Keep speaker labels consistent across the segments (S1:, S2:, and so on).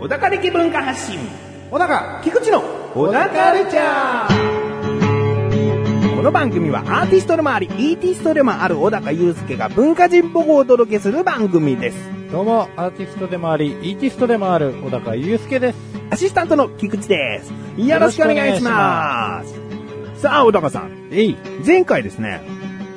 S1: 小高力文化発信
S2: 小高、菊池の
S1: 小高ルチャーこの番組はアーティストでもあり、イーティストでもある小高祐介が文化人っぽくお届けする番組です。
S2: どうも、アーティストでもあり、イーティストでもある小高祐介です。
S1: アシスタントの菊池です。よろしくお願いします。さあ、小高さん。
S2: えい。
S1: 前回ですね、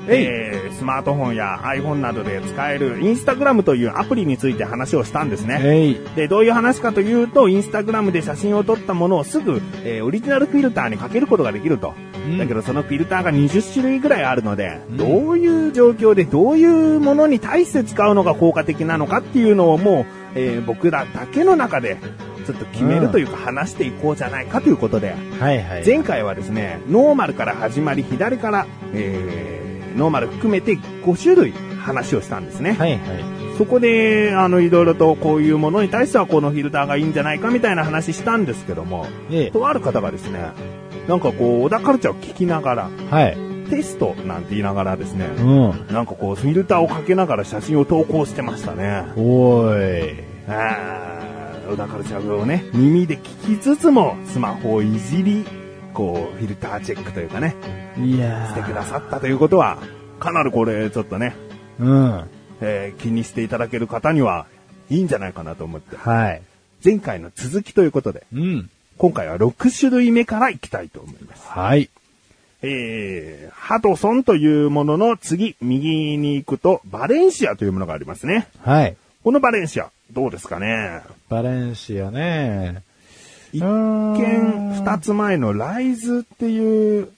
S2: えい
S1: えースマートフォンや iPhone などで使えるインスタグラムというアプリについて話をしたんですね。
S2: えい。
S1: で、どういう話かというと、インスタグラムで写真を撮ったものをすぐ、えーオリジナルフィルターにかけることができると。
S2: うん
S1: だけど、そのフィルターが20種類ぐらいあるので、
S2: うん
S1: どういう状況でどういうものに対して使うのが効果的なのかっていうのをもう、えー僕らだけの中で、ちょっと決めるというか話していこうじゃないかということで、
S2: はいはい。
S1: 前回はですね、ノーマルから始まり、左から、えーノーマル含めて5種類話をしたんですね。
S2: はいは
S1: そこで、あの、いろいろとこういうものに対してはこのフィルターがいいんじゃないかみたいな話したんですけども、
S2: い。え
S1: とある方がですね、なんかこう、小田カルチャーを聞きながら、
S2: い。はい。
S1: テストなんて言いながらですね
S2: う、ん。
S1: なんかこう、フィルターをかけながら写真を投稿してましたね。
S2: おーい。
S1: あー小田カルチャーをね、耳で聞きつつも、スマホをいじり、こう、フィルターチェックというかね、
S2: いや
S1: してくださったということは、かなりこれ、ちょっとね、
S2: うん。
S1: えー気にしていただける方には、いいんじゃないかなと思って。
S2: はい。
S1: 前回の続きということで、
S2: うん。
S1: 今回は6種類目からいきたいと思います。
S2: はい。
S1: えー、ハドソンというものの次、右に行くと、バレンシアというものがありますね。
S2: はい。
S1: このバレンシア、どうですかね
S2: バレンシアね。
S1: 一
S2: 見
S1: 見、二つ前のライズっていう、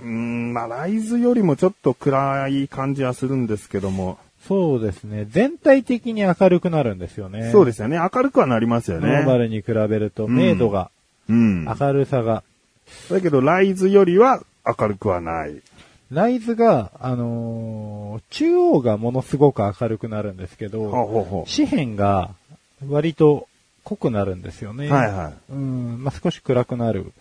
S1: うーん、まあ、ライズよりもちょっと暗い感じはするんですけども、
S2: そうですね。全体的に明るくなるんですよね。
S1: そう
S2: で
S1: ですよね。明るくはなりますよ
S2: ノーマ
S1: ね。
S2: ルに比べると、明度が、
S1: うん。
S2: 明るさが。
S1: だけど、ライズよりは明るくはない。
S2: ライズが、あのー中央がものすごく明るくなるんですけど、
S1: ほうほうほ
S2: 紙辺が割と濃くなるんですよね。
S1: う。はいはい。
S2: うん、まあ、少し暗くなる。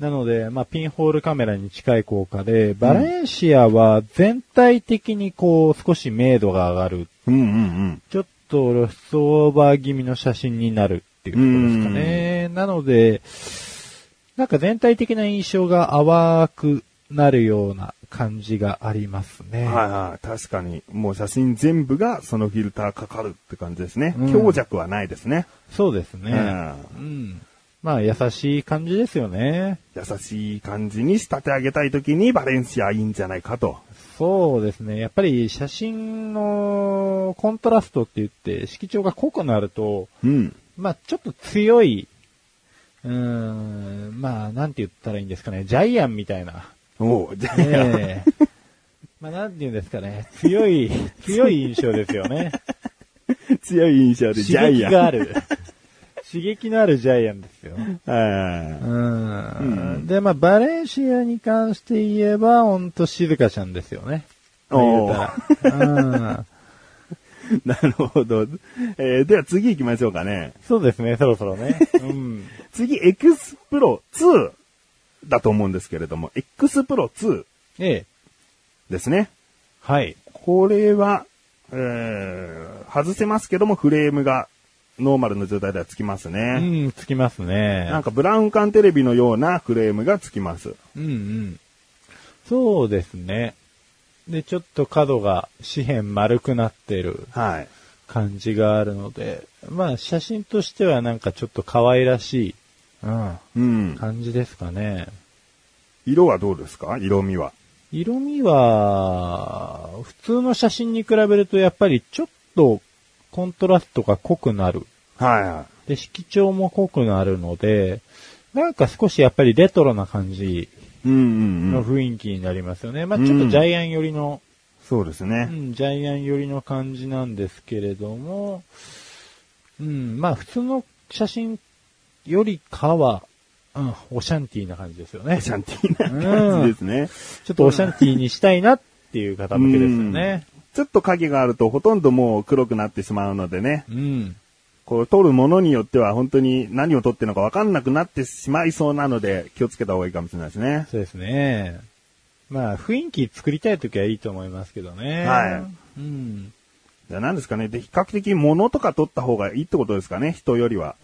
S2: なので、まあ、ピンホールカメラに近い効果で、バレンシアは全体的にこう少し明度が上がる。
S1: うんうん
S2: ちょっと露出オーバー気味の写真になるっていうところですかね。なので、なんか全体的な印象が淡くなるような感じがあります
S1: う
S2: ね。
S1: ん。はいはい。確かに、もう写真全部がそのフィルターかかるって感じですね。
S2: うん
S1: 強弱はないですね。
S2: そうですね。
S1: う
S2: うん。まあ、優しい感じですよね。
S1: 優しい感じに仕立て上げたいときにバレンシアいいんじゃないかと。
S2: そうですね。やっぱり写真のコントラストって言って、色調が濃くなると、
S1: うん。
S2: まあ、ちょっと強い、うーん、まあ、なんて言ったらいいんですかね。ジャイアンみたいな。
S1: おう、じゃあ、
S2: ええまあ、なんて言うんですかね。強い、強い印象ですよね。
S1: 強い印象で
S2: 刺
S1: ジャ
S2: 激
S1: イアン。
S2: がある。刺激のあるジャイアンですよ。
S1: は
S2: うん。で、まあ、バレンシアに関して言えば、ほんと静香ちゃんですよね。
S1: おー
S2: 言うたらうん。
S1: いなるほど。えーでは次行きましょうかね。
S2: そうですね、そろそろね。うん。
S1: 次、X プロ2だと思うんですけれども、X プロ2
S2: ええ。
S1: ですね。
S2: はい。
S1: これは、えー、外せますけども、フレームがノーマルの状態ではつきます
S2: う
S1: ね。
S2: ん、つきますね。
S1: なんかブラウン管テレビのようなフレームがつきます。
S2: うんうん。そうですね。で、ちょっと角が四辺丸くなってる
S1: はい。
S2: 感じがあるので、まあ、写真としてはなんかちょっと可愛らしい、うん、
S1: うん。
S2: 感じですかね。
S1: 色はどうですか色味は。
S2: 色味は、普通の写真に比べるとやっぱりちょっとコントラストが濃くなる。
S1: はいは
S2: で、色調も濃くなるので、なんか少しやっぱりレトロな感じ
S1: い。うんうんう
S2: の
S1: ん。
S2: 雰囲気になりますよね。まあ
S1: うん
S2: ちょっとジャイアン寄りの、
S1: そうです
S2: う
S1: ね。
S2: ん、ジャイアン寄りの感じなんですけれども、うん、まあ普通の写真よりかは、うん、オシャンティーな感じですよね。
S1: シ
S2: ち
S1: ャンティーな感じですね。
S2: ょっとオシャンティーにしたいなっていう方向けですよね。
S1: ちょっと影があるとほとんどもう黒くなってしまうのでね。
S2: うん。
S1: こう、取るものによっては本当に何を取ってるのか分かんなくなってしまいそうなので、気をつけた方がいいかもしれないですね。
S2: そうですね。まあ、雰囲気作りたいときはいいと思いますけどね。。
S1: はい
S2: うん。
S1: じゃあ何ですかね。で、比較的物とか取った方がいいってことですかね、人よりは。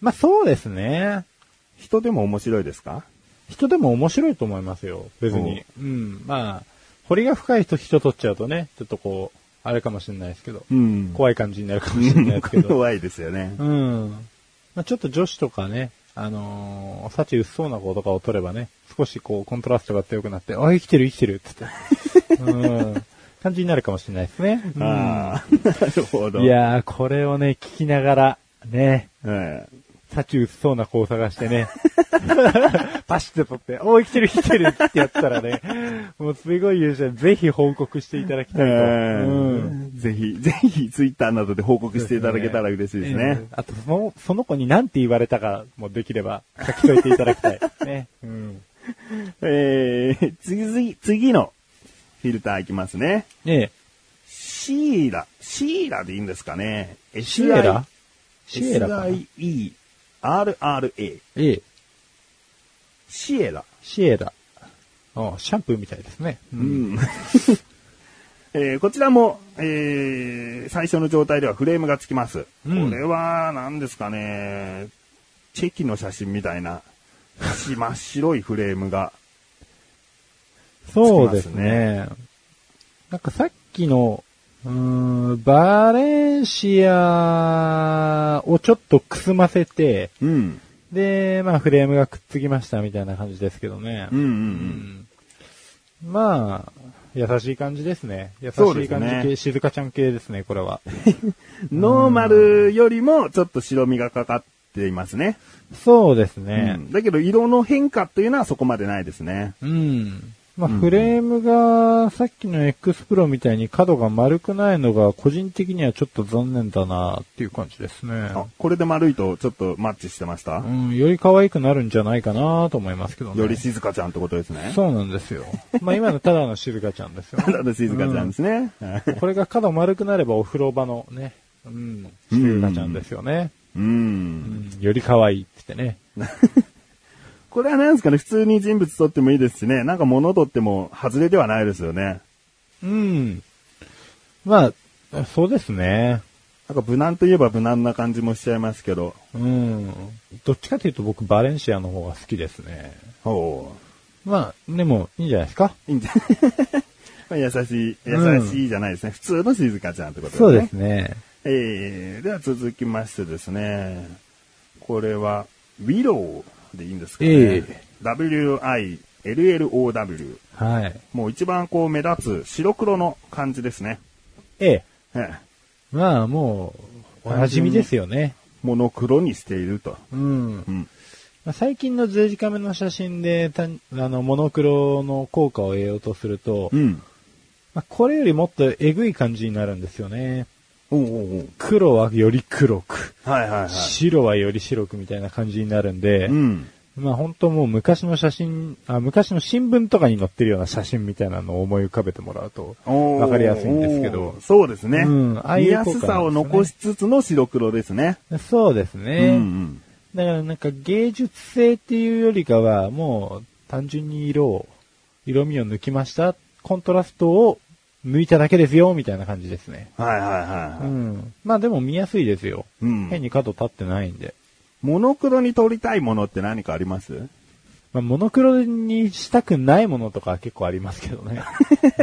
S2: まあ、そうですね。
S1: 人でも面白いですか
S2: 人でも面白いと思いますよ、別に。うん。まあ、彫りが深い人、人取っちゃうとね、ちょっとこう、あれかもしれないですけど。
S1: ん
S2: 怖い感じになるかもしれないですけど。
S1: 怖いですよね。
S2: うん。まあ、ちょっと女子とかね、あのー、幸薄そうな子とかを取ればね、少しこう、コントラストが強くなって、あ、生きてる生きてるっつって。うん。感じになるかもしれないですね。うん
S1: ああ、なるほど。
S2: い、やー、これをね、聞きながら、ね、
S1: ええ
S2: 幸薄そうな子を探して ね、パシッと取って、おー、生きてる生きてるってやったらね、もうすごい優秀ぜひ報告していただきたいと。
S1: え
S2: うん
S1: えぜひ、ぜひ、ツイッターなどで報告していただけたら嬉しいですね。
S2: あと、その、その子に何て言われたかもできれば書き添えていただき たい。ね。うん。
S1: えー、次、次のフィルターいきますね。
S2: ね
S1: シーラ。シーラでいいんですかね。
S2: え、シエラシエラかな
S1: ?S-I-E-R-R-A。
S2: ええ、
S1: シエラ。
S2: シエラ。あシャンプーみたいですね。うん。
S1: えーこちらも、えー最初の状態ではフレームがつきます。
S2: うん
S1: これは、何ですかね、チェキの写真みたいな、し真っ白いフレームが。
S2: そうです
S1: つきま
S2: ね。なんかさっきの、うーん、バレンシアをちょっとくすませて、
S1: うん。
S2: で、まあフレームがくっつきましたみたいな感じですけどね。
S1: うんうんう。
S2: うんんまあ、優しい感じですね。優し
S1: そうで
S2: い
S1: すね
S2: 感じ系、静香ちゃん系ですね、これは。
S1: ノーマルよりもちょっと白みがかかっていますね。
S2: そうです
S1: う
S2: ね。
S1: ん、だけど色の変化というのはそこまでないですね。
S2: うん。まあ、フレームが、さっきの X プロみたいに角が丸くないのが、個人的にはちょっと残念だなっていう感じですね。
S1: あこれで丸いとちょっとマッチしてました
S2: う、ん、より可愛くなるんじゃないかなと思いますけどね。
S1: より静香ちゃんってことですね。
S2: そうなんですよ。まあ、今のただの静香ちゃ んですよ。
S1: ただの静香ちゃんですね。はい
S2: これが角丸くなればお風呂場のね、うん、静香ちゃんですよね。
S1: うん
S2: うんより可愛いって言ってね。
S1: これは何ですかね、普通に人物撮ってもいいですしね、なんか物撮っても外れではないですよね。
S2: うん。まあ、そうですね。
S1: なんか無難といえば無難な感じもしちゃいますけど。
S2: うん。どっちかというと僕バレンシアの方が好きですね。
S1: ほ
S2: まあ、でもいいんじゃないですか
S1: う。いい んじゃ、まあ優しい、優しいじゃないですね。普通の静香ちゃんってことですね。
S2: ね。
S1: えー、では続きましてですね、これは、ウィローでいいんですかね。
S2: え
S1: WILLOW。
S2: はい。
S1: もう一番こう目立つ白黒の感じですね。
S2: ええ。
S1: ええ
S2: まあ、もう、お馴染みですよね。
S1: モノクロにしていると。
S2: うん。
S1: うん。
S2: まあ最近の十字カメの写真で、たあの、モノクロの効果を得ようとすると、
S1: うん。
S2: まあこれよりもっとえぐい感じになるんですよね。
S1: おうおうおう
S2: 黒はより黒く、
S1: はいはいはい。
S2: 白はより白くみたいな感じになるんで、
S1: うん。
S2: まあ本当もう昔の写真あ、昔の新聞とかに載ってるような写真みたいなのを思い浮かべてもらうと、
S1: おー
S2: わかりやすいんですけど
S1: おー。そうですね。
S2: うんああ
S1: 見
S2: いう
S1: や
S2: 効果なんですね
S1: すさを残しつつの白黒ですね。
S2: そうですね、
S1: うん
S2: だからなんか芸術性っていうよりかは、もう単純に色を、色味を抜きました、コントラストを抜いただけですよ、みたいな感じですね。
S1: うん。はいはいうはい。
S2: ん。まあでも見やすいですよ。
S1: うん
S2: 変に角立ってないんで。
S1: モノクロに撮りたいものって何かあります
S2: まあ、モノクロにしたくないものとかは結構ありますけ どね。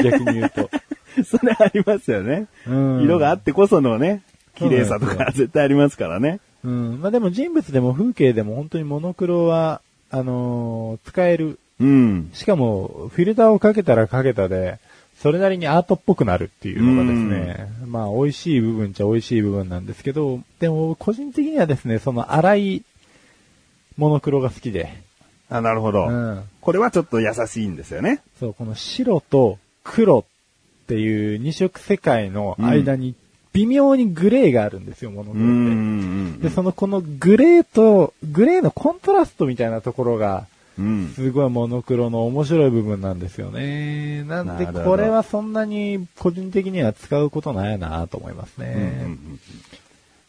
S2: 逆に言うと。
S1: それありますよね。
S2: うん
S1: 色があってこそのね、綺麗さと
S2: そうなん
S1: か絶対ありますからね。
S2: うん。まあ、でも人物でも風景でも本当にモノクロは、あのー使える。
S1: うん。
S2: しかも、フィルターをかけたらかけたで、それなりにアートっぽくなるっていうのがですね、まあ、美味しい部分っちゃ美味しい部分なんですけど、でも、個人的にはですね、その荒いモノクロが好きで、
S1: あ、なるほど、
S2: うん。
S1: これはちょっと優しいんですよね。
S2: そう、この白と黒っていう二色世界の間に、微妙にグレーがあるんですよ、モノク
S1: う
S2: ロって。
S1: ん
S2: で、そのこのグレーと、グレーのコントラストみたいなところが、
S1: うん。
S2: すごいモノクロの面白い部分なんですよね。なんで、
S1: なるほど
S2: これはそんなに個人的には使うことないなと思います
S1: うんうんう
S2: ね。
S1: ん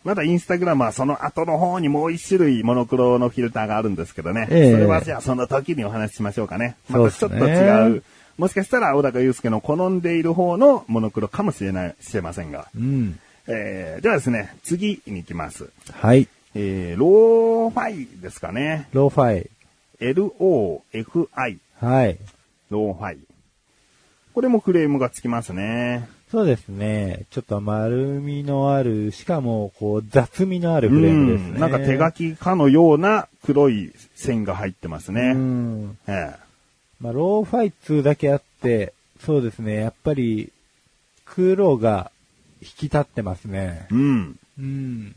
S1: まだインスタグラムはその後の方にもう一種類モノクロのフィルターがあるんですけどね。
S2: ええ
S1: それはじゃあその時にお話ししましょうかね。ま
S2: そう
S1: た
S2: っ
S1: ち
S2: す
S1: ょっと
S2: ね
S1: 違う。もしかしたら小高祐介の好んでいる方のモノクロかもしれない、しれませんが。
S2: うん。
S1: えー、ではですね、次に行きます。
S2: はい。
S1: えー、ローファイですかね。
S2: ローファイ。
S1: L-O-F-I。
S2: はい。
S1: ローファイ。これもクレームがつきますね。
S2: そうですね。ちょっと丸みのある、しかも、こう、雑味のあるフレームです
S1: う
S2: ね。
S1: んなんか手書きかのような黒い線が入ってます
S2: う
S1: ね。
S2: ん。
S1: ええ
S2: まあ、ローファイ2だけあって、そうですね。やっぱり、黒が引き立ってますね。
S1: うん。
S2: うん。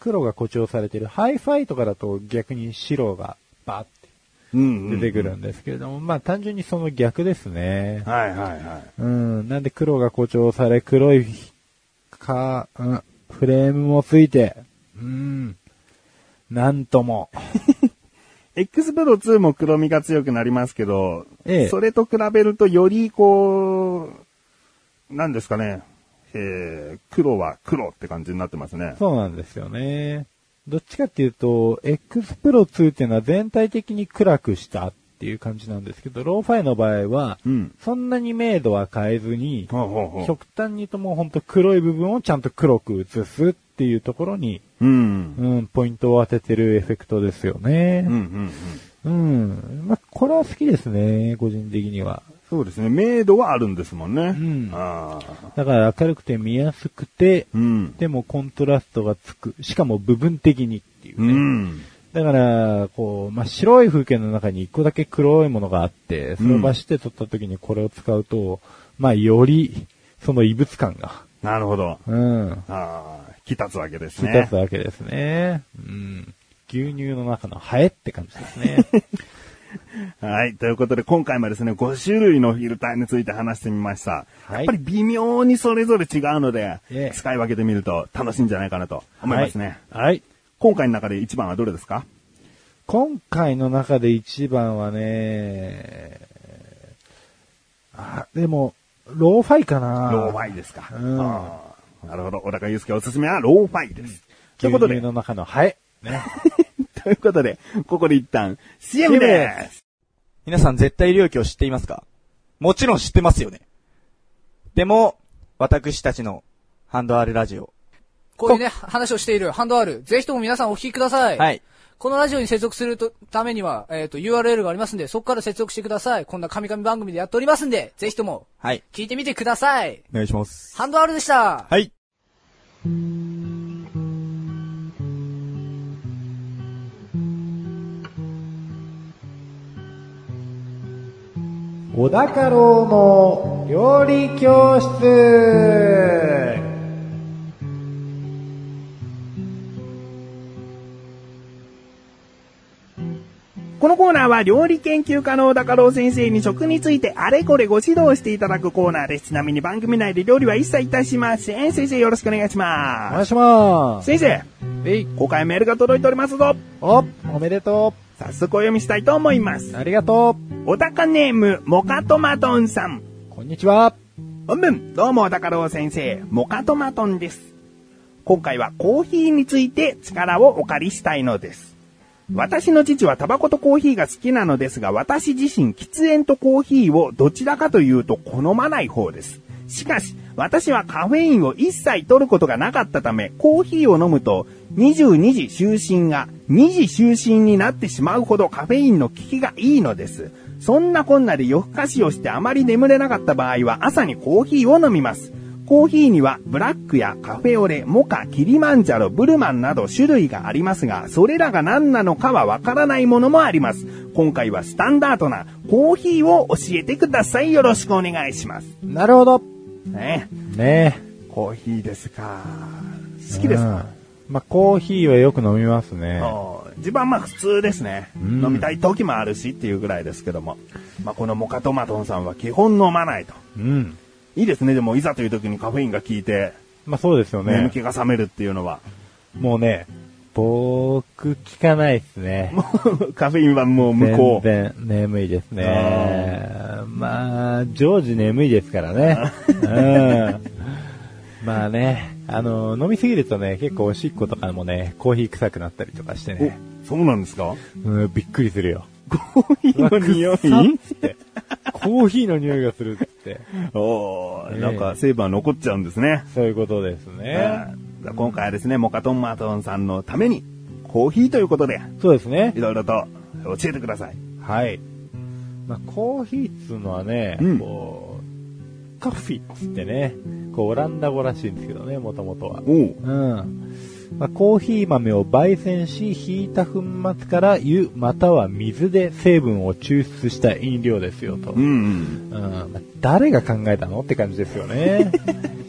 S2: 黒が誇張されてる。ハイファイとかだと逆に白がバーって
S1: うん
S2: 出てくるんですけれども、まあ単純にその逆ですね。
S1: はいはいはい。
S2: うん。なんで黒が誇張され、黒いか、うん、フレームもついて、うん。なんとも。
S1: X プロ2も黒みが強くなりますけど、
S2: ええ
S1: それと比べるとよりこう、なんですかね、えー、黒は黒って感じになってますね。
S2: そうなんですよね。どっちかっていうと、X プロ2っていうのは全体的に暗くしたっていう感じなんですけど、ローファイの場合は、
S1: うん。
S2: そんなに明度は変えずに、
S1: ほうほうほう。
S2: 極端に言うともうほんと黒い部分をちゃんと黒く映すっていうところに、
S1: うん。
S2: うん、ポイントを当ててるエフェクトですよね
S1: うんうん。うん。
S2: うん。まあ、これは好きですね、個人的には。
S1: そうですね。明度はあるんですもんね。
S2: ん
S1: ああ。
S2: だから明るくて見やすくて、
S1: うん。
S2: でもコントラストがつく。しかも部分的にっていう
S1: う
S2: ね。
S1: ん。
S2: だから、こう、まあ、白い風景の中に一個だけ黒いものがあって、それを走って撮った時にこれを使うと、まあ、より、その異物感が、
S1: なるほど。
S2: うん、
S1: ああ、来たつわけです
S2: 引き立
S1: ね
S2: つ。わけですね。うん。牛乳の中のハエって感じですね。
S1: はい。ということで、今回もですね、5種類のフィルターについて話してみました。
S2: はい
S1: やっぱり微妙にそれぞれ違うので、
S2: ええ
S1: 使い分けてみると楽しいんじゃないかなと思いますね。
S2: はい。はい。
S1: 今回の中で一番はどれですか
S2: 今回の中で一番はね、あ、でも、ローファイかな
S1: ローファイですか。
S2: うん
S1: あーなるほど。小高祐介おすすめはローファイです。ということ
S2: 牛
S1: で
S2: 乳、の中のハエ。ね。
S1: ということで、ここで一旦 CM です。
S3: 皆さん絶対領域を知っていますかもちろん知ってますよね。でも、私たちのハンドアルラジオ。
S4: こういうね、話をしているハンドアール、ぜひとも皆さんお聞きください。
S3: はい。
S4: このラジオに接続するとためには、えっ、と、URL がありますんで、そこから接続してください。こんな神々番組でやっておりますんで、ぜひとも、
S3: はい。
S4: 聞いてみてください。
S3: お願いします。
S4: ハンドアールでした。
S3: はい。
S2: 小高郎の料理教室
S1: このコーナーは料理研究家の小高郎先生に食についてあれこれご指導していただくコーナーです。ちなみに番組内で料理は一切いたしません。先生よろしくお願いし
S2: お願
S1: ま。
S2: いします
S1: 先
S2: す
S1: 生、
S2: えい
S1: 公開メールが届いておりますぞ。
S2: おおめでと
S1: 早速お読みしたいと思います
S2: う。ありがと
S1: 小高ネーム、モカトマトンさん。
S2: うこんにちは
S1: 本文、どうも小高郎先生、モカトマトンです。今回はコーヒーについて力をお借りしたいのです。私の父はタバコとコーヒーが好きなのですが、私自身喫煙とコーヒーをどちらかというと好まない方です。しかし、私はカフェインを一切取ることがなかったため、コーヒーを飲むと22時就寝が2時就寝になってしまうほどカフェインの効きがいいのです。そんなこんなで夜更かしをしてあまり眠れなかった場合は朝にコーヒーを飲みます。コーヒーにはブラックやカフェオレ、モカ、キリマンジャロ、ブルマンなど種類がありますが、それらが何なのかはわからないものもあります。今回はスタンダードなコーヒーを教えてください。よろしくお願いします。
S2: なるほど
S1: ね
S2: ねえ
S1: コーヒーですか。好きですか、
S2: うんまあ、コーヒーはよく飲みますね。
S1: お自分はまあ普通ですね、
S2: ん
S1: 飲みたい時もあるしっていうぐらいですけども。まあこのモカトマトンさんは基本飲まないと。
S2: うん。
S1: いいですね。でもいざという時にカフェインが効いて
S2: まあ、そうですよ
S1: 眠
S2: ね。
S1: 気が覚めるっていうのは。
S2: もうね、僕、聞かないですね。
S1: もう カフェインはもう向こう。
S2: 全然眠いですね。まあ、常時眠いですからね。うん。まあね、あの、飲みすぎるとね、結構おしっことかもね、コーヒー臭くなったりとかしてね、
S1: お、そうなんですか
S2: うん、びっくりするよ。
S1: コーヒーの匂
S2: うわ臭っ
S1: い
S2: つって。コーヒーの匂いがするっつって。
S1: おー
S2: ええ
S1: なんかセーバー残っちゃうんですね。
S2: そういうことですね。
S1: うん今回はですね、モカトンマトンさんのために、コーヒーということで、
S2: そうですね
S1: い。ろいろと教えてください。
S2: はい。まあ、コーヒーっつうのはね、
S1: うん
S2: こう、カフィっつってね、こう、オランダ語らしいんですけどね、もともとは。
S1: おう
S2: うん。まあ、コーヒー豆を焙煎し、ひいた粉末から湯または水で成分を抽出した飲料ですよと。
S1: う
S2: うん
S1: ん
S2: まあ誰が考えたのって感じですよ ね。
S1: うん。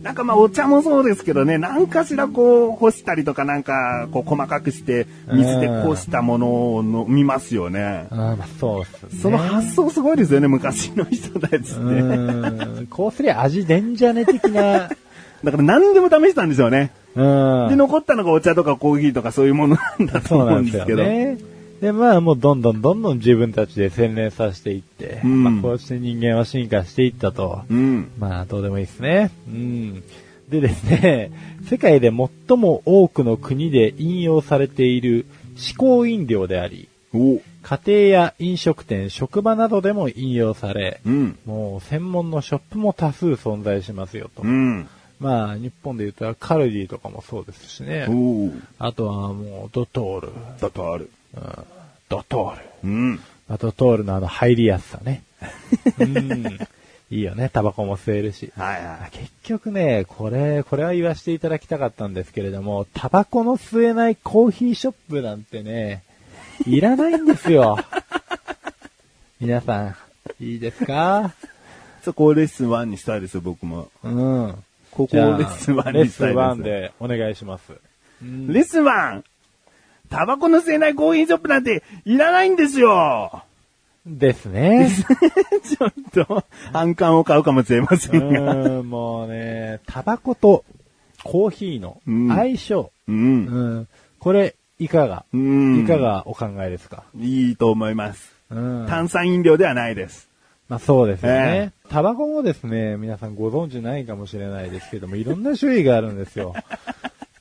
S1: なんかまあお茶もそうですけどね、何かしらこう干したりとかなんかこう細かくして水でこしたものを飲みますよね。
S2: あまあそうっすね。
S1: その発想すごいですよね、昔の人たちって。
S2: うんこうすりゃ味出んじゃね的な。
S1: だから何でも試したんですよね。
S2: うん
S1: で、。残ったのがお茶とかコーヒーとかそういうものなんだと
S2: そう
S1: 思
S2: な
S1: うんん
S2: で
S1: ですす
S2: よ
S1: けど。
S2: ね。で、まあもうどんどんどんどん自分たちで洗練させていって、
S1: うん
S2: まあこうして人間は進化していったと。
S1: うん。
S2: まあどうでもいいですね。うん。でですね、世界で最も多くの国で引用されている嗜好飲料であり、
S1: お
S2: 家庭や飲食店、職場などでも引用され、
S1: うん。
S2: もう専門のショップも多数存在しますよと。
S1: うん。
S2: まあ日本で言ったらカルディとかもそうですしね。
S1: おう
S2: あとはもうドトール、
S1: だとある。
S2: ドトール。
S1: うん。
S2: あと、トールのあの入りやすさ ね。うん。いいよね、タバコも吸えるし。
S1: はいは
S2: 結局ね、これ、これは言わせていただきたかったんですけれども、タバコの吸えないコーヒーショップなんてね、いらないんです よ。皆さん、いいですか
S1: い。そこをレッスン1にしたいですよ、僕も。
S2: うん。
S1: ここを
S2: じ
S1: レ
S2: ゃあ、レ
S1: ッスン1
S2: ッ
S1: にし
S2: ス
S1: たい
S2: ン
S1: です。
S2: 1。でお願いします。
S1: レッスン 1! タバコの吸えないコーヒーショップなんていらないんですよ
S2: ですね。
S1: ちょっと、反感を買うかもしれませ
S2: うん
S1: が。
S2: ーん、もうね、タバコとコーヒーの相性。
S1: うん。
S2: うん。これ、いかが、
S1: うん。
S2: いかがお考えですか
S1: いいと思います。
S2: うん。
S1: 炭酸飲料ではないです。
S2: まあそうですよ
S1: え
S2: ね。タバコもですね、皆さんご存知ないかもしれないですけども、いろんな種類があるんですよ。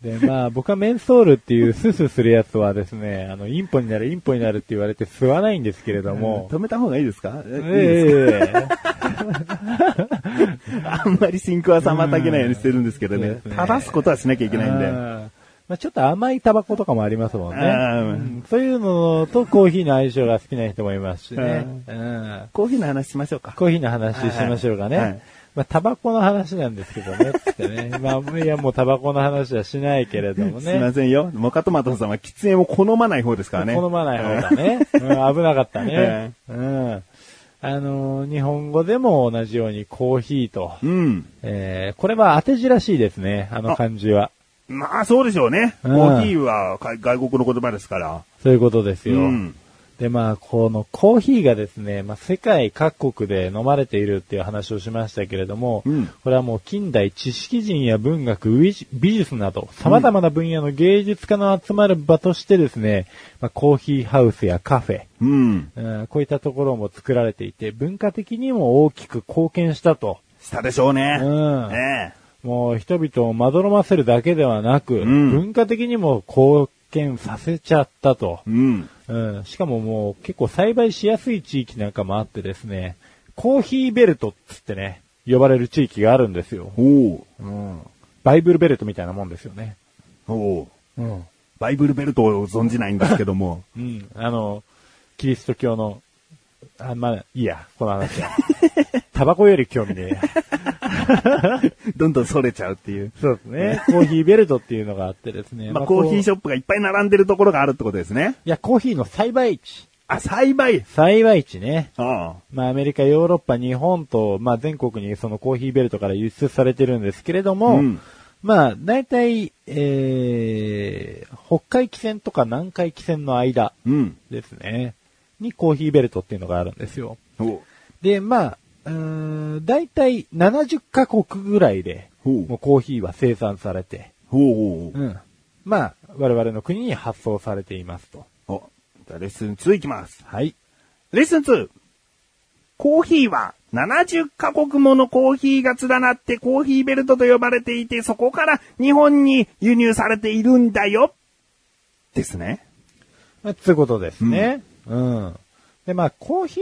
S2: で、まあ僕はメンソールっていうスースーするやつはですね、あの、インポになる、インポになるって言われて吸わないんですけれども、
S1: 止めた方がいいですかえいい
S2: え
S1: ですか
S2: え
S1: あんまり進行は妨げないようにしてるんですけど
S2: うん
S1: ね。
S2: そうですね
S1: 正すことはしなきゃいけないん
S2: あ
S1: で。
S2: ーまあちょっと甘いタバコとかもありますもんね。
S1: あー
S2: うんそういうのとコーヒーの相性が好きな人もいますしね。うん
S1: コーヒーの話しましょうか。
S2: コーヒーの話しましょうかね。
S1: はいはい
S2: まあ、タバコの話なんですけどね、つってね。まあ、いや、もうタバコの話はしないけれども
S1: すいま
S2: ね。
S1: せんよ。モカトマトさんは喫煙を好まない方ですからね。
S2: 好まない方だね。うん、危なかったね。うん。あのー日本語でも同じようにコーヒーと。
S1: うん。
S2: えー、これは当て字らしいですね、あの漢字は。
S1: まあそうでしょうね。コ
S2: うん
S1: ーヒーはか外国の言葉ですから。
S2: そういうことです
S1: う
S2: よ。
S1: ん。
S2: で、まあ、このコーヒーがですね、まあ、世界各国で飲まれているっていう話をしましたけれども、
S1: うん
S2: これはもう近代知識人や文学、美術美術など、様々な分野の芸術家の集まる場としてですね、まあ、コーヒーハウスやカフェ、
S1: うん。
S2: うんこういったところも作られていて、文化的にも大きく貢献したと。
S1: したでしょうね。
S2: うん
S1: え
S2: もう人々をまどろませるだけではなく、
S1: ん
S2: 文化的にも貢献させちゃったと。
S1: えうん。
S2: うん、しかももう結構栽培しやすい地域なんかもあってですね、コーヒーベルトっつってね、呼ばれる地域があるんですよ。
S1: おう
S2: うん。バイブルベルトみたいなもんですよね。
S1: おう
S2: うん。
S1: バイブルベルトを存じないんですけども。
S2: うん。あの、キリスト教の、あ、まあ、 いいや、この話 は。タバコより興味ねえや。
S1: どんどんそれちゃうっていう。
S2: そうですね。コーヒーベルトっていうのがあってですね。
S1: まあコーヒー
S2: ョップ。
S1: ショップがいっぱい並んでるところがあるってことですね。
S2: いや、コーヒーの栽培地。
S1: あ、栽培。
S2: 栽培地ね。
S1: ああ。
S2: まあ、アメリカ、ヨーロッパ、日本と、まあ、全国にそのコーヒーベルトから輸出されてるんですけれども、
S1: うん
S2: まあ、大体、えー、北海汽船とか南海汽船の間
S1: うん。
S2: ですね、にコーヒーベルトっていうのがあるんですよ。
S1: おう
S2: で、まあ、うーん、大体70カ国ぐらいで、
S1: ほう
S2: もうコーヒーは生産されて、
S1: ほうほうほう
S2: うん。まあ、我々の国に発送されていますと。
S1: お。じゃあレッスン2いきます。
S2: はい。
S1: レッスン 2! コーヒーは70カ国ものコーヒーが連なってコーヒーベルトと呼ばれていて、そこから日本に輸入されているんだよ。ですね。
S2: まあつうことですね。うん。で、まあ、コーヒ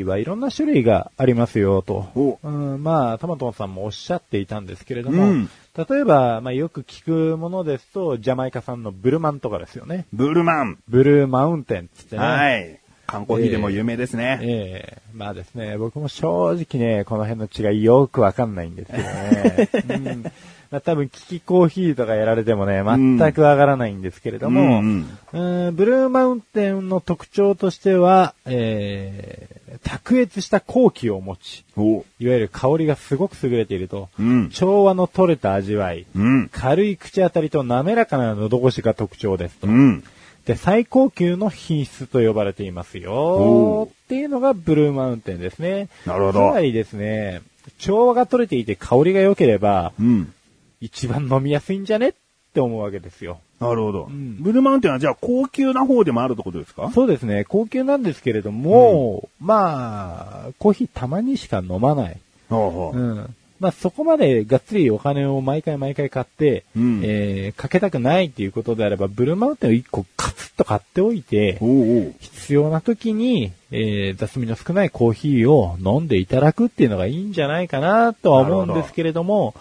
S2: ーはいろんな種類がありますよ、と
S1: お。
S2: うん、まあ、タマトンさんもおっしゃっていたんですけれども、
S1: うん
S2: 例えば、まあ、よく聞くものですと、ジャマイカ産のブルマンとかですよね。
S1: ブルマン。
S2: ブルーマウンテンっつってね。
S1: はい。缶コーヒーでも有名ですね。
S2: ええまあですね、僕も正直ね、この辺の違いよくわかんないんですよね。うんまあ、多分、キキコーヒーとかやられてもね、全くわからないんですけれども、
S1: うん
S2: うんブルーマウンテンの特徴としては、えー、卓越した後期を持ち、
S1: お
S2: いわゆる香りがすごく優れていると、
S1: うん。
S2: 調和の取れた味わい、
S1: うん。
S2: 軽い口当たりと滑らかな喉越しが特徴ですと。
S1: うん。
S2: で、最高級の品質と呼ばれています
S1: お
S2: よ
S1: う。
S2: っていうのがブルーマウンテンですね。
S1: なるほ
S2: つ
S1: ど
S2: まりですね、調和が取れていて香りが良ければ、
S1: うん。
S2: 一番飲みやすいんじゃねって思うわけですよ。
S1: なるほど。
S2: ん
S1: ブルマウンテンはじゃあ高級な方でもあるってことですか
S2: そうですね、高級なんですけれども、まあ、コーヒーたまにしか飲まない。
S1: ほ
S2: う。
S1: うん
S2: まあそこまでがっつりお金を毎回毎回買って、
S1: うん
S2: えーかけたくないっていうことであれば、ブルーマウンテンを1個カツッと買っておいて、
S1: おう
S2: 必要な時に、えー雑味の少ないコーヒーを飲んでいただくっていうのがいいんじゃないかなとは思うんですけれども、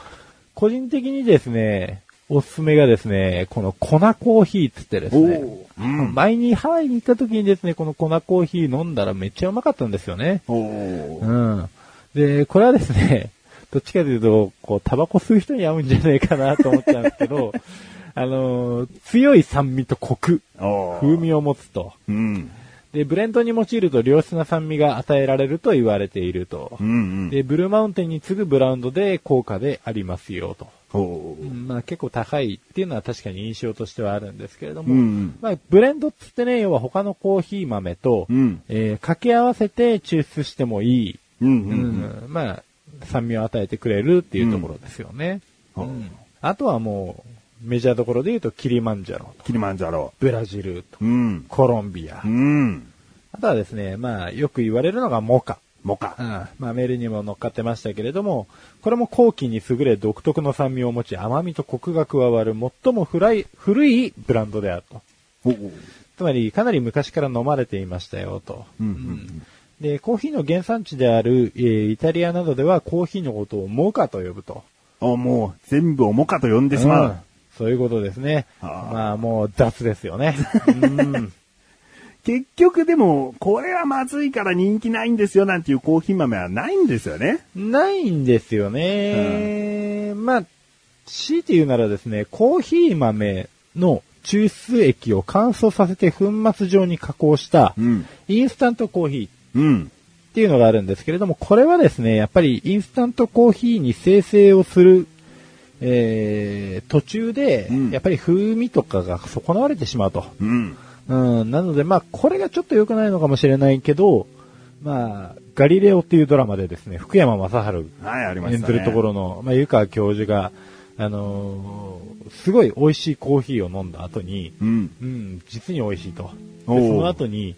S2: 個人的にですね、おすすめがですね、この粉コーヒーっつってです
S1: おう。
S2: ね、
S1: おう。うん。
S2: 前にハワイに行った時にですね、この粉コーヒー飲んだらめっちゃうまかったんですよね。
S1: おう
S2: う。ん。で、これはですね、 どっちかというと、こう、タバコ吸う人に合うんじゃないかなと思ったんですけど、 あのー強い酸味とコク、
S1: おう
S2: 風味を持つと。
S1: うん。
S2: で、ブレンドに用いると良質な酸味が与えられると言われていると
S1: う。ん。うん。
S2: で、ブルーマウンテンに次ぐブラウンドで高価でありますよと。
S1: おう
S2: う。んまあ結構高いっていうのは確かに印象としてはあるんですけれど
S1: う
S2: も、
S1: ん。
S2: まあブレンドっつってね、要は他のコーヒー豆と、
S1: うん。
S2: えー掛け合わせて抽出してもいい、
S1: うん。う。
S2: うんんまあ酸味を与えてくれるっていうところですよね。
S1: うん
S2: うんあとはもうメジャーどころで言うとキリマンジャロと、
S1: キリマンジャロ。
S2: ブラジルと、
S1: うん。
S2: コロンビア
S1: う、ん。
S2: あとはですね、まあ、よく言われるのがモカ。
S1: モ
S2: う
S1: カ。
S2: ん。まあ、メールにも乗っかってましたけれども、これも後期に優れ独特の酸味を持ち、甘みとコクが加わる最も古い、古いブランドであると。
S1: おう。
S2: つまり、かなり昔から飲まれていましたよ、と。
S1: うん。
S2: で、コーヒーの原産地である、えーイタリアなどではコーヒーのことをモカと呼ぶと。
S1: あ、もう、全部をモカと呼んでしま
S2: うん
S1: う。
S2: そういうことですね。
S1: あー
S2: まあ、もう雑です よね。うん。
S1: 結局でも、これはまずいから人気ないんですよなんていうコーヒー豆はないんですよね。
S2: ないんですよね。まあ、強いて言うならですね、コーヒー豆の抽出液を乾燥させて粉末状に加工した
S1: ん。
S2: インスタントコーヒー
S1: うん。
S2: っていうのがあるんですけれども、これはですね、やっぱりインスタントコーヒーに生成をする、えー、途中で
S1: うん、
S2: やっぱり風味とかが損なわれてしまうと。
S1: うん。
S2: うん、なので、まあ、これがちょっと良くないのかもしれないけど、まあ、ガリレオっていうドラマでですね、福山雅治
S1: はい、ありま
S2: 演
S1: した
S2: ず
S1: ね。
S2: るところの、まあ、湯川教授が、あのーすごい美味しいコーヒーを飲んだ後に、
S1: うん。
S2: うん、実に美味しいと。
S1: お
S2: で
S1: う
S2: その後に、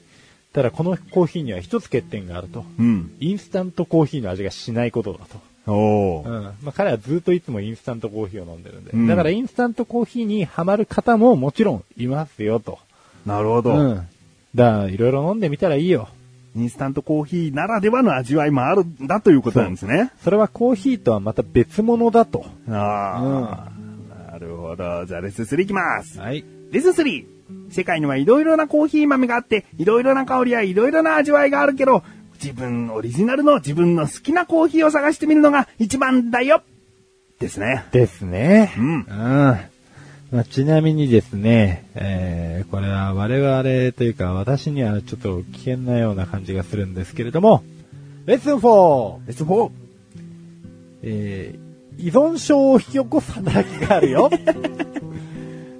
S2: ただこのコーヒーには一つ欠点があると。
S1: うん。
S2: インスタントコーヒーの味がしないことだと。
S1: お
S2: うん
S1: ー。。
S2: まあ、彼はずっといつもインスタントコーヒーを飲んでるんで。
S1: うん
S2: だからインスタントコーヒーにハマる方ももちろんいますよと。
S1: なるほど。
S2: うん。だから、いろいろ飲んでみたらいいよ。
S1: インスタントコーヒーならではの味わいもあるんだということなんですね。
S2: それはコーヒーとはまた別物だと。
S1: ああ、なるほど。じゃあレッスン3いきます。
S2: はい。
S1: レッスン 3! 世界にはいろいろなコーヒー豆があって、いろいろな香りやいろいろな味わいがあるけど、自分オリジナルの自分の好きなコーヒーを探してみるのが一番だよですね。
S2: ですね。
S1: うん
S2: まあ、ちなみにですね、えー、これは我々というか私にはちょっと危険なような感じがするんですけれども、レッスン 4!
S1: レッスン 4!
S2: えー、依存症を引き起こす働きがある よ。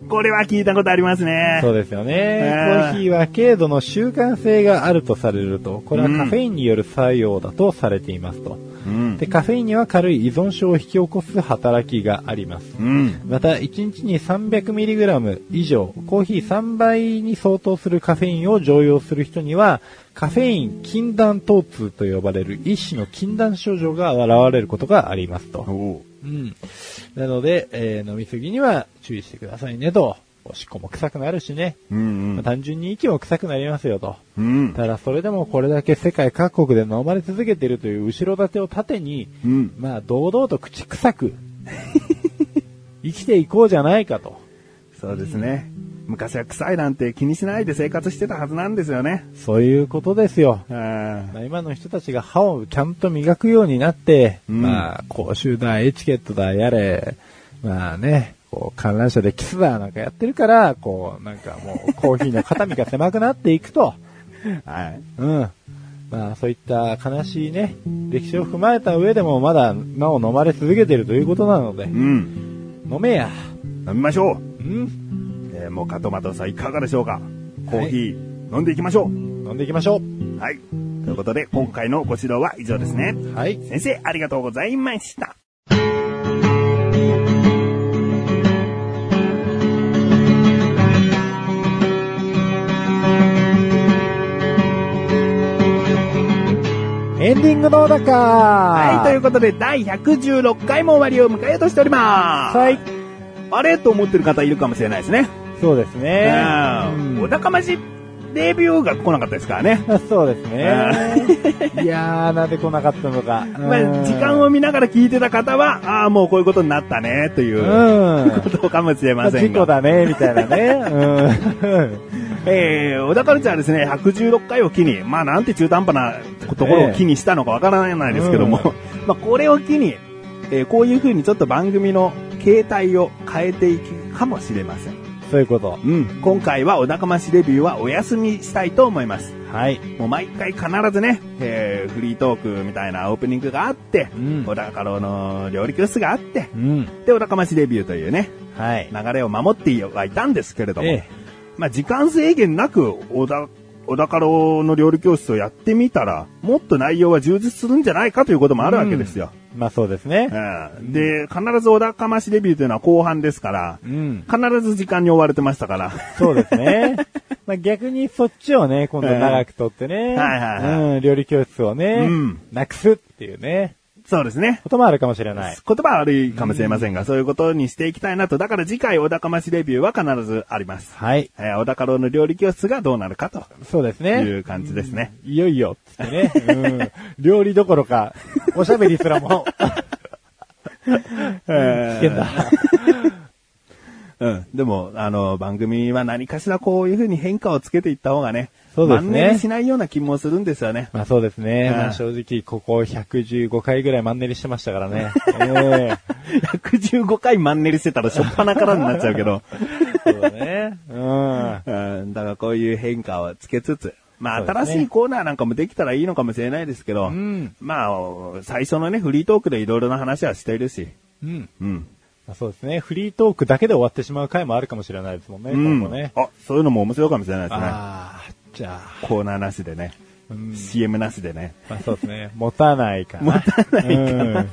S1: これは聞いたことありますね。
S2: そうですよね。
S1: ー
S2: コーヒーは軽度の習慣性があるとされると、これはカフェインによる作用だとされていますと。
S1: ううん。
S2: で、カフェインには軽い依存症を引き起こす働きがあります。
S1: うん。
S2: また、1日に 300mg 以上、コーヒー3倍に相当するカフェインを常用する人には、カフェイン禁断疼痛と呼ばれる一種の禁断症状が現れることがありますと。
S1: おう
S2: うん。なので、えー飲みすぎには注意してくださいねと。おしっこも臭くなるしね。
S1: うん
S2: まあ単純に息も臭くなりますよと。
S1: うん。うん。
S2: ただそれでもこれだけ世界各国で飲まれ続けているという後ろ盾を盾に、
S1: うん。
S2: まあ堂々と口臭く、 生きていこうじゃないかと。
S1: そうですね。昔は臭いなんて気にしないで生活してたはずなんですよね。
S2: そういうことですよ。
S1: あ
S2: まあ今の人たちが歯をちゃんと磨くようになって、
S1: うん
S2: まあ、講習だ、エチケットだ、やれ、まあね、こう、観覧車でキスだなんかやってるから、こう、なんかもう、コーヒーの肩身が狭くなっていくと、
S1: あ。はい。
S2: うん。まあ、そういった悲しいね、歴史を踏まえた上でも、まだ、なお飲まれ続けてるということなので
S1: う、ん。
S2: 飲めや。
S1: 飲みましょう。
S2: うん。
S1: えー、もうカトマトさんいかがでしょうかコーヒー、飲んでいきましょ
S2: 飲んでいきましょ
S1: う。はい。ということで、今回のご指導は以上ですね。
S2: う。はい。
S1: 先生、ありがとうございました。
S2: エンディングどうだか
S1: はい、と
S2: は
S1: いうことで、第116回も終わりを迎えようとしております。
S2: はい。
S1: あれと思ってる方いるかもしれないですね。
S2: そうですね。うん
S1: うんお高ましレビューが来なかったですからね。
S2: あそうです ね。いやー、なんで来なかったのか。
S1: まあ、時間を見ながら聞いてた方は、ああ、もうこういうことになったね、というう、
S2: ん。
S1: ことかもしれ
S2: まあ
S1: ませ
S2: 事
S1: んが。
S2: 故だね、みたい なね。うん。
S1: えー、小田カルチャーはですね、116回を機に、まあなんて中途半端なところを機にしたのかわからないですけども、 まあこれを機に、えーこういう風にちょっと番組の形態を変えていくかもしれません。
S2: そういうこと。
S1: うん。今回はお仲間しレビューはお休みしたいと思います。
S2: はい。
S1: もう毎回必ずね、えーフリートークみたいなオープニングがあって、
S2: うん
S1: 小田カロの料理教室があって、
S2: うん。
S1: で、お仲間しレビューというね、
S2: はい。
S1: 流れを守ってはいたんですけれども、
S2: ええ
S1: まあ、時間制限なく、小田、小田家老の料理教室をやってみたら、もっと内容は充実するんじゃないかということもあるわけですよ。
S2: まあそうですね。
S1: うんで、必ず小田かましレビューというのは後半ですから
S2: う、ん。
S1: 必ず時間に追われてましたから。
S2: そうで すね。まあ逆にそっちをね、今度長くとってね。
S1: えはいはいは
S2: うん、料理教室をね、
S1: うん
S2: なくすっていうね、
S1: そうですね。
S2: こともあるかもしれない。
S1: 言葉は悪いかもしれませんが、そういうことにしていきたいなと。だから次回小田かましレビューは必ずあります。
S2: はい。
S1: えー小田家老の料理教室がどうなるかと
S2: そうですね。
S1: いう感じですね。
S2: いよいよ、つってね。うん。料理どころか、おしゃべりすらも、
S1: えー
S2: 危険だ。
S1: うん。でも、あの、番組は何かしらこういう風に変化をつけていった方がね、
S2: そうですね
S1: マンネリしないような気もするんですよね。
S2: まあそうですね。
S1: うん
S2: まあ正直、ここ115回ぐらいマンネリしてましたからね。
S1: 115回マンネリしてたらしょっぱなからになっちゃうけ ど、
S2: ええそうだね。うん。
S1: うん。だからこういう変化をつけつつ、まあ
S2: そうですね
S1: 新しいコーナーなんかもできたらいいのかもしれないですけど、
S2: ん
S1: まあ、お最初のね、フリートークでいろいろな話はしているし、
S2: うん。
S1: うん。
S2: まあそうですね。フリートークだけで終わってしまう回もあるかもしれないですもんね。今後ね。
S1: うんあ、そういうのも面白いかもしれないですね。
S2: ああ、じゃあ、
S1: コーナーなしでね、
S2: うん。
S1: CM なしでね。
S2: まあそうですね。持たないかな。
S1: 持たないかな
S2: うん。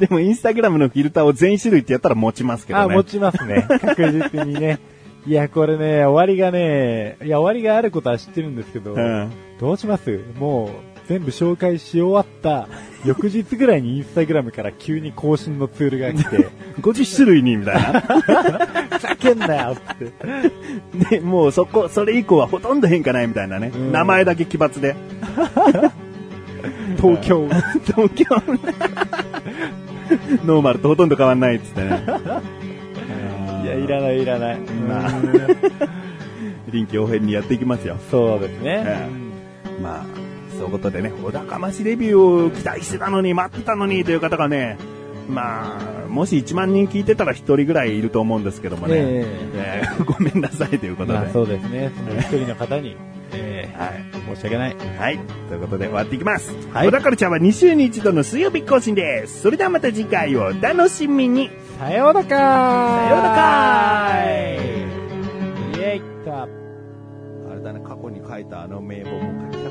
S1: でもインスタグラムのフィルターを全種類ってやったら持ちますけどね。
S2: あ、持ちますね。確実にね。いや、これね、終わりがね、いや、終わりがあることは知ってるんですけど、
S1: うん
S2: どうしますもう、全部紹介し終わった、 翌日ぐらいにインスタグラムから急に更新のツールが来 て、
S1: 50種類に、みたいな。
S2: ふざけんなよって。
S1: で、もうそこ、それ以降はほとんど変化ないみたいなね。
S2: ん
S1: 名前だけ奇抜で。
S2: 東京。
S1: 東京。ノーマルとほとんど変わんないっつってね。
S2: いや、いらないいらない。
S1: まあ
S2: うん
S1: 臨機応変にやっていきますよ。
S2: そうですね。
S1: まあ、そういうことでね、お高ましレビューを期待してたのに、待ってたのにという方がね、まあ、もし1万人聞いてたら1人ぐらいいると思うんですけどもね。
S2: え
S1: えーごめんなさいということで。
S2: まあそうですね。その一人の方に、え
S1: はい。
S2: え申し訳ない。
S1: はい。ということで終わっていきます。
S2: はい
S1: 小田カルチャーは2週に1度の水曜日更新です。それではまた次回をお楽しみに。
S2: さようなかさ
S1: さようなかーい
S2: イエイ来た
S1: あれだね、過去に書いたあの名簿も書き